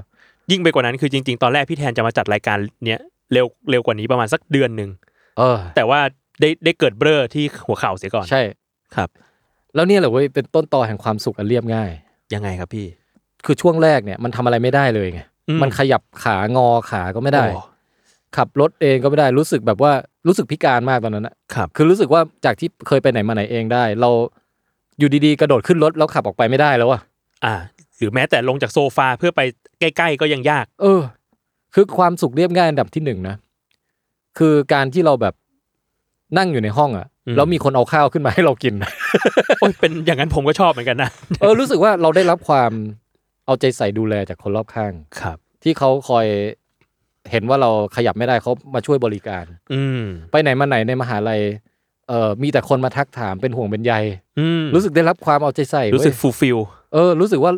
ยิ่งไปกว่านั้นคือจริง ๆ ตอนแรกพี่แทนจะมาจัดรายการเนี้ยเร็วเร็วกว่านี้ประมาณสักเดือนหนึ่ง
เออ
แต่ว่าได้ได้เกิดเบลอที่หัวเข่าเสียก่อน
ใช่
ครับ
แล้วเนี่ยแหละเว้ยเป็นต้นตอแห่งความสุขอันเรียบง่าย
ยังไงครับพี่
คือช่วงแรกเนี่ยมันทำอะไรไม่ได้เลยไง
อื
มันขยับขางอขาก็ไม่ได้
โอ้
ขับรถเองก็ไม่ได้รู้สึกแบบว่ารู้สึกพิการมากตอนนั้นนะครับ คือรู้สึกว่าจากที่เคยไปไหนมาไหนเองได้ เราอยู่ดีๆกระโดดขึ้นรถแล้วขับออกไปไม่ได้แล้วอะ
อ่า หรือแม้แต่ลงจากโซฟาเพื่อไปใกล้ ๆ ก็ยังยาก
เออ คือความสุขเรียบง่ายอันดับที่หนึ่งนะคือการที่เราแบบนั่งอยู่ในห้องอะแล้วมีคนเอาข้าวขึ้นมาให้เรากิน
โอ้ยเป็นอย่างนั้นผมก็ชอบเหมือนกันนะ
เออรู้สึกว่าเราได้รับความเอาใจใส่ดูแลจากคนรอบข้าง
ครับ
ที่เขาคอยเห็นว่าเราขยับไม่ได้เขามาช่วยบริการ
อืม
ไปไหนมาไหนในมหาลัยเออมีแต่คนมาทักถามเป็นห่วงเป็นใย
อืม
รู้สึกได้รับความเอาใจใส่
รู้สึก
เว้ย
ฟูลฟิล
เออ รู้สึกว่า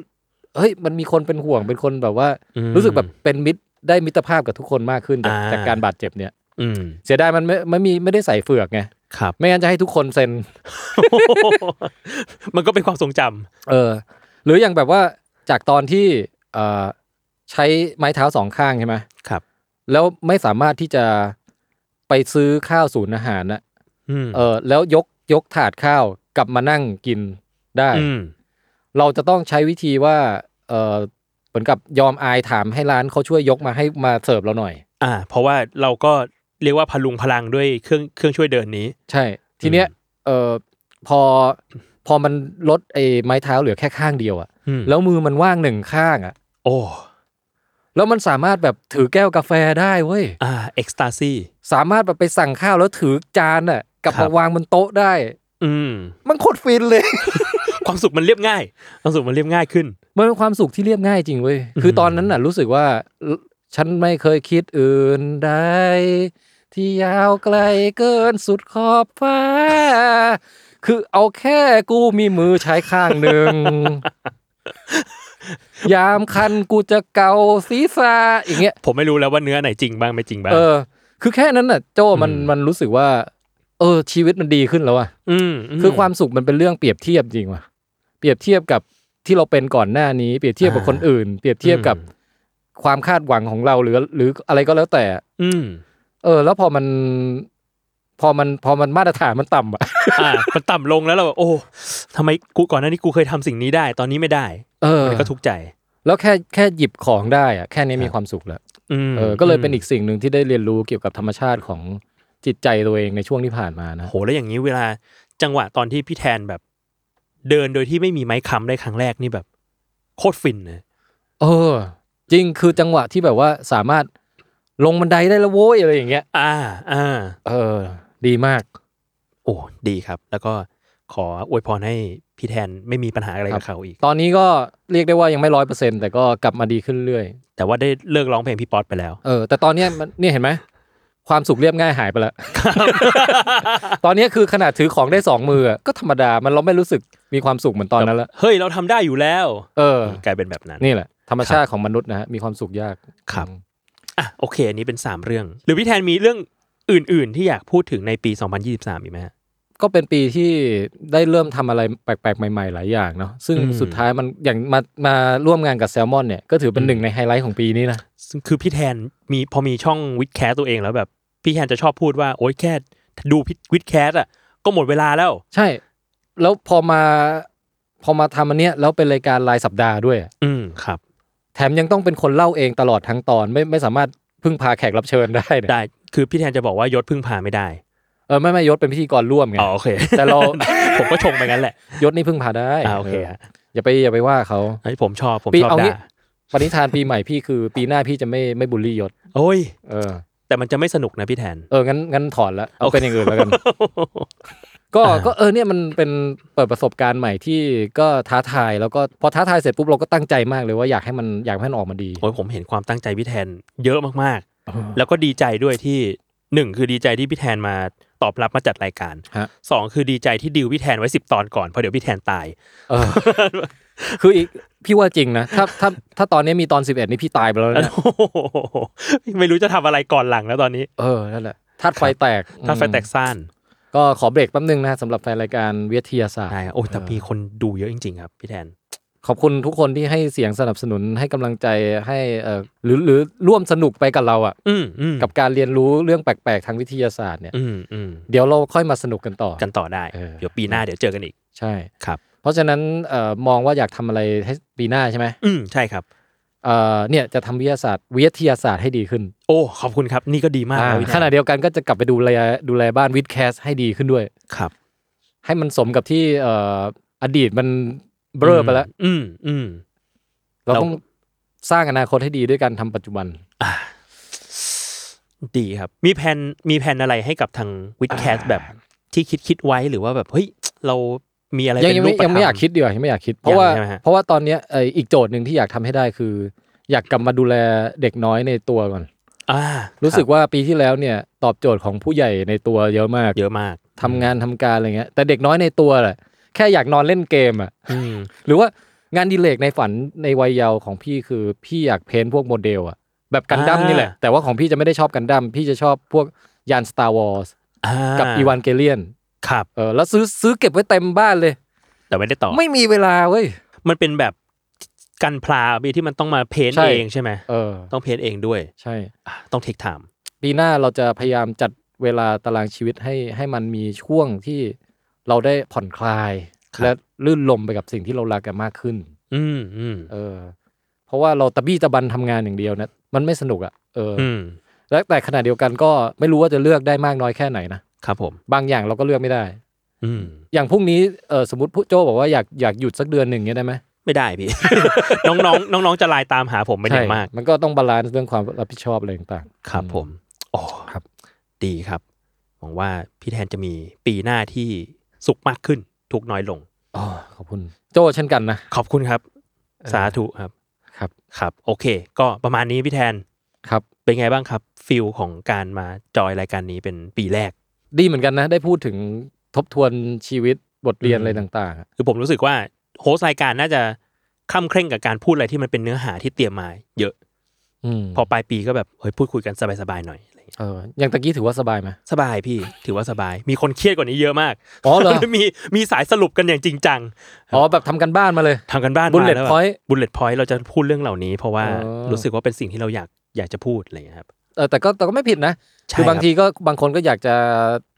เฮ้ยมันมีคนเป็นห่วงเป็นคนแบบว่า รู้สึกแบบเป็นมิตรได้มิตรภาพกับทุกคนมากขึ้นจากจากการบาดเจ็บเนี่ย
อืม
เสียดายมันไม่ไม่มีไม่ได้ใส่เฟือกไง
ครับ
ไม่งั้นจะให้ทุกคนเซ็น
มันก็เป็นความทรงจำ
เออหรืออย่างแบบว่าจากตอนที่เอ่อใช้ไม้เท้าสองข้างใช่ไหม
ครับ
แล้วไม่สามารถที่จะไปซื้อข้าวศูนย์อาหารนะ
อืม
เออแล้วยกยกถาดข้าวกลับมานั่งกินได้
อืม
เราจะต้องใช้วิธีว่าเออเหมือนกับยอมอายถามให้ร้านเขาช่วยยกมาให้มาเสิร์ฟเราหน่อย
อ่า เพราะว่าเราก็เรียกว่าพลุงพลังด้วยเครื่องเครื่องช่วยเดินนี้
ใช่ ทีเนี้ยเออพอพอมันลดไอ้ไม้เท้าเหลือแค่ข้างเดียวอะ
อืม
แล้วมือมันว่างหนึ่งข้างอะ
โอ้
แล้วมันสามารถแบบถือแก้วกาแฟได้เว้ย
อ่าเอ็กซ์ตาซี
สามารถแบบไปสั่งข้าวแล้วถือจานน่ะกลับ
ครั
มา
บ
วางบนโต๊ะได้
อืม
มันโคตรฟินเลย
ความสุขมันเรียบง่าย ความสุขมันเรียบง่ายขึ้น
มันเป็นความสุขที่เรียบง่ายจริงเว้ย คือตอนนั้นน่ะรู้สึกว่าลฉันไม่เคยคิดอื่นใดที่ยาวไกลเกินสุดขอบฟ้า คือเอาแค่กูมีมือใช้ข้างห นึ่ง ยามคันกูจะเกาศีรษะอย่างเงี้ย
ผมไม่รู้แล้วว่าเนื้อไหนจริงบ้างไม่จริงบ้าง
เออ คือแค่นั้นน่ะ โจมัน
อืม
มันรู้สึกว่า เออ ชีวิตมันดีขึ้นแล้วอะ
อืม
คือความสุขมันเป็นเรื่องเปรียบเทียบจริงว่ะ เปรียบเทียบกับที่เราเป็นก่อนหน้านี้ เปรียบเทียบกับคนอื่น เปรียบเทียบกับความคาดหวังของเราหรือ หรืออะไรก็แล้วแต่
อืม
เออ แล้วพอมัน พอมันพอมันมาตรฐานมันต่ำอะ
อ่ามันต่ำลงแล้วเราแบบโอ้ทำไมกูก่อนหน้านี้กูเคยทำสิ่งนี้ได้ ตอนนี้ไม่ได้
เออ
มันก็ทุกข์ใจ
แล้วแค่แค่หยิบของได้อะแค่นี้มีความสุขแล้ว
อืม
เออ ก็เลยเป็นอีกสิ่งหนึ่งที่ได้เรียนรู้เกี่ยวกับธรรมชาติของจิตใจตัวเองในช่วงที่ผ่านมานะ
โหแล้วอย่างนี้เวลาจังหวะตอนที่พี่แทนแบบ เดินโดยที่ไม่มีไม้ค้ำได้ครั้งแรกนี่แบบ โคตรฟินเลย
เออ จริงคือจังหวะที่แบบว่าสามารถลงบันไดได้แล้วโว้ยอะไรอย่างเงี้ย
อ่าอ่า
เออ ดีมาก
โอ้ดีครับ แล้วก็ขออวยพรให้พี่แทนไม่มีปัญหาอะไร
ครั
กับบ เขาอีก
ตอนนี้ก็เรียกได้ว่ายังไม่ร้อยเปอร์เซ็นแต่ก็กลับมาดีขึ้นเรื่อย
แต่ว่าได้เลิกร้องเพลงพี่ป๊อตไปแล้ว
เออแต่ตอนเนี้ยมันเนี่ยเห็นไหมความสุขเรียบง่ายหายไปแล้ว ตอนเนี้ยคือขนาดถือของได้สองมืออะก็ธรรมดามันเราไม่รู้สึกมีความสุขเหมือนตอนนั้นละ
เฮ้ย เราทำได้อยู่แล้ว
เออ
กลายเป็นแบบนั้น
นี่แหละ ธรรมชาติของมนุษย์นะฮะมีความสุขยาก
ครับ อ่ะโอเค อันนี้เป็น 3 เรื่อง หรือพี่แทนมีเรื่องอื่น ๆ ที่อยากพูดถึงในปี 2023 อีกไหมฮะ
ก็เป็นปีที่ได้เริ่มทำอะไรแปลกๆ ใหม่ ๆ หลายอย่างเนาะซึ่ง
อืม
สุดท้ายมันอย่างมามาร่วมงานกับแซลมอนเนี่ยก็ถือเป็นหนึ่งในไฮไลท์ของปีนี้นะ
ซึ่งคือพี่แทนมีพอมีช่องวิดแคสตัวเองแล้วแบบ พี่แทนจะชอบพูดว่า โอ๊ยแค่ดูวิดแคสอ่ะก็หมดเวลาแล้ว
ใช่ แล้วพอมาพอมาทำอันเนี้ยแล้วเป็นรายการรายสัปดาห์ด้วย
อืมครับ
แถมยังต้องเป็นคนเล่าเองตลอดทั้งตอนไม่ไม่สามารถพึ่งพาแขกรับเชิญได้เนี่ย
ได้คือพี่แทนจะบอกว่ายศพึ่งพาไม่ได้
เออไม่ไม่ยศเป็นพิธีกรร่วมไง
อ๋อโอเค
แต่เรา
ผมก็ชงไปงั้นแหละ
ยศนี่พึ่งพาได้
อ่าโอเคฮะ
อย่าไปอย่าไปว่าเขา
เฮ้ยผมชอบผม
ปี
ชอบ
เอางี้
ด่า
ปณิธานปีใหม่พี่คือปีหน้าพี่จะไม่ไม่บูลลี่ยศ
โอ้ย
เออ
แต่มันจะไม่สนุกนะพี่แท น
เอองั้นงั้นถอนละเอา
โอเค
เป็นอย่างอื่นแล้วกัน ก็ก็เออเนี่ยมันเป็นเปิดประสบการณ์ใหม่ที่ก็ท้าทายแล้วก็พอท้าทายเสร็จปุ๊บเราก็ตั้งใจมากเลยว่าอยากให้มันอยากให้มันออกมาดี
โอ้ยผมเห็นความตั้งใจพี่แทนเยอะมากๆ แล้วก็ดีใจด้วยที่หนึ่งคือดีใจที่พี่แทนมาตอบรับมาจัดรายการ
ฮะ
สองคือดีใจที่ดิวพี่แทนไว้สิบตอนก่อนเพราะเดี๋ยวพี่แทนตาย
เออ คืออีกพี่ว่าจริงนะ ถ้าถ้าถ้าตอนนี้มีตอน 11 นี่พี่ตายไปแล้วนะ
ไม่รู้จะทำอะไรก่อนหลังแล้วตอนนี้
เออ นั่นแหละธาตุไฟแตก
ถ้าไฟแตก
อืม
ซ่าน
ก็ขอเบรกแป๊บนึงนะสำหรับแฟนรายการวิทยาศาสตร์
ใช่โอ้ยแต่มีคนดูเยอะจริง ๆ ครับพี่แทน
ขอบคุณทุกคนที่ให้เสียงสนับสนุนให้กำลังใจให้เออหรือหรือร่วมสนุกไปกับเราอ่ะ
อืมอืม
กับการเรียนรู้เรื่องแปลกๆ ทางวิทยาศาสตร์เนี่ย
อืมอืม
เดี๋ยวเราค่อยมาสนุกกันต่อ
กันต่อได้
เออ
เดี๋ยวปีหน้าเดี๋ยวเจอกันอีก
ใช่
ครับ
เพราะฉะนั้นเอ่อมองว่าอยากทำอะไรให้ปีหน้าใช่ไหม
อืมใช่ครับ
เอ่อเนี่ยจะทำวิทยาศาสตร์วิทยาศาสตร์ให้ดีขึ้น
โอ้ขอบคุณครับ นี่ก็ดีมาก
อ่า
ครับพี่แท
ขณะเดียวกันก็จะกลับไปดูแลดูแลบ้านวิดแคสให้ดีขึ้นด้วย
ครับ
ให้มันสมกับที่เอ่ออดีตมันเบลอไปแล้ว
อืมอืม
เราต้องสร้างอนาคตให้ดีด้วยการทำปัจจุบัน
ดีครับ มีแผนมีแผนอะไรให้กับทางวิดแคสแบบที่คิดคิดไว้หรือว่าแบบเฮ้ยเรามีอะไร
ยัง
เป็น
ยัง
รู
ไม่
ปธรรม
ยังไม่อยากคิดดีกว่ายังไม่อยากคิด เพราะว่า
ใช่ไหมฮะ
เพราะว่าตอนเนี้ยเอ่ออีกโจทย์หนึ่งที่อยากทำให้ได้คือ อยากกลับมาดูแลเด็กน้อยในตัวก่อน
อ่ารู้
รู้สึกว่าปีที่แล้วเนี่ยตอบโจทย์ของผู้ใหญ่ในตัวเยอะมาก
เยอะมาก
ทำงานทำการอะไรเงี้ยแต่เด็กน้อยในตัวแหละแค่อยากนอนเล่นเกมอ่ะ
อืม
หรือว่างานอดีเลกในฝันในวัยเยาว์ของพี่คือพี่อยากเพ้นท์พวกโมเดลอ่ะแบบกันดั้มนี่แหละ แต่ว่าของพี่จะไม่ได้ชอบกันดั้มพี่จะชอบพวกยาน Star Wars
อ่า
กับอีวานเกเลียน
ครับ
เออแล้วซื้อซื้อเก็บไว้เต็มบ้านเลย
แต่ไม่ได้ต่อ
ไม่มีเวลาเว้ย
มันเป็นแบบกันพลาพี่ที่มันต้องมาเพ้นท์
ใช่
เองใช่ไหม
เออ
ต้องเพ้นท์เองด้วย
ใช่
อ่ะต้องเทคไทม์
ปีหน้าเราจะพยายามจัดเวลาตารางชีวิตให้ให้มันมีช่วงที่เราได้ผ่อนคลาย และลื่นลมไปกับสิ่งที่เรารักกันมากขึ้น
อืมอืม
เออเพราะว่าเราตะบี้ตะบันทำงานอย่างเดียวนะมันไม่สนุกอะ่ะเอออ
อืม
แล้วแต่ขณะเดียวกันก็ไม่รู้ว่าจะเลือกได้มากน้อยแค่ไหนนะครับ
ผม
บางอย่างเราก็เลือกไม่ได้
อืม
อย่างพรุ่งนี้เออสมมติผู้โจบอกว่าอยากอยากหยุดสักเดือนหนึ่งเงี้ยได้ไหม
ไม่ได้ พี่ น้องน้องน้องน้องๆจะไลน์ตามหาผมเป็นอย่างมาก
มันก็ต้องบาลานซ์เรื่องความรับผิดชอบอะไรต่าง
ครับ
อืม
ผมโอ้
ครับ
ดีครับ หวังว่าพี่แทนจะมีปีหน้าที่สุขมากขึ้นทุกข์น้อยลง
ๆ อ๋อขอบคุณ โจเช่นกันนะ
ขอบคุณครับ สาธุครับ
ครับ
ครับ โอเค ก็ประมาณนี้พี่แทน
ครับ
เป็นไงบ้างครับฟิลของการมาจอยรายการนี้เป็นปีแรก
ดีเหมือนกันนะ ได้พูดถึงทบทวนชีวิตบทเรียนอะไรต่างๆอะ
คือผมรู้สึกว่าโฮสต์รายการน่าจะคล่ำเคร่งกับการพูดอะไรที่มันเป็นเนื้อหาที่เตรียมมาเยอะ
อืม
พอปลายปีก็แบบเฮ้ยพูดคุยกันสบายๆหน่อยอะไรอย่างเงี้ย
เอออย่างตะกี้ถือว่าสบายไหม
สบายพี่ถือว่าสบาย มีคนเครียดกว่านี้เยอะมาก
อ๋อเหรอ
มีมีสายสรุปกันอย่างจริงจัง
อ๋อแบบทำกันบ้านมาเลย
ทำกันบ้านมา
Bullet
แล้วแบบ
point
bullet point เราจะพูดเรื่องเหล่านี้ เพราะว่า
อ๋อ
รู้สึกว่าเป็นสิ่งที่เราอยากอยากจะพูดอะไรอย่างเงี้ยครับ
เออแต่ก็แต่ก็ไม่ผิดนะ
ใช่
คือบาง
รับ
ทีก็บางคนก็อยากจะ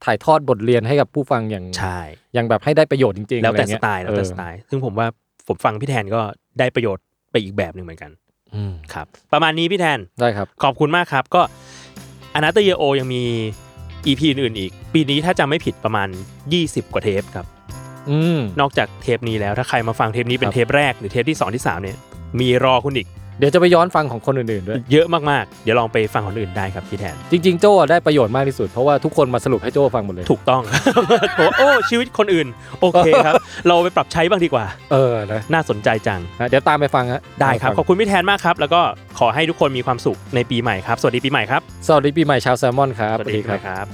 ถ่ายทอดบทเรียนให้กับผู้ฟังอย่าง
ใช่
อย่างแบบให้ได้ประโยชน์จริงๆ
แล้วแต่
อะร
ส
เงี้ย
ไตล์แล้วแต่
เออ
สไตล์ ซึ่งผมว่าผมฟังพี่แทนก็ได้ประโยชน์ไปอีกแบบหนึ่งเหมือนกัน
อืม
ครับ ประมาณนี้พี่แทน
ได้ครับ
ขอบคุณมากครับ ก็อนาเตเยโอยังมี EP อื่นๆอีก ปีนี้ถ้าจำไม่ผิดประมาณ 20 กว่าเทปครับ
อืม
นอกจากเทปนี้แล้วถ้าใครมาฟังเทปนี้เป็
คน รับ
เทปแรกหรือเทปที่ 2 ที่ 3 เนี่ย มีรอคุณอีก
เดี๋ยวจะไปย้อนฟังของคนอื่นๆด้วย
เยอะมากๆ เดี๋ยวลองไปฟังคนอื่นได้ครับพี่แทน
จริง ๆ โจ้ได้ประโยชน์มากที่สุด เพราะว่าทุกคนมาสรุปให้โจ้ฟังหมดเลย
ถูกต้อง โอ้โอ้ชีวิตคนอื่น โอเค ครับ เราไปปรับใช้บ้างดีกว่า
เออนะ
น่าสนใจจัง
ฮะเดี๋ยวตามไปฟังฮะ
ได้ครับ ข
ตา
อ
ม
บคุณพี่แทนมากครับ แล้วก็ขอให้ทุกคนมีความสุขในปีใหม่ครับ สวัสดีปีใหม่ครับ
ฟังสวัสดีปีใหม่ชาวแซลมอนครับ
ปีใหม่ครับ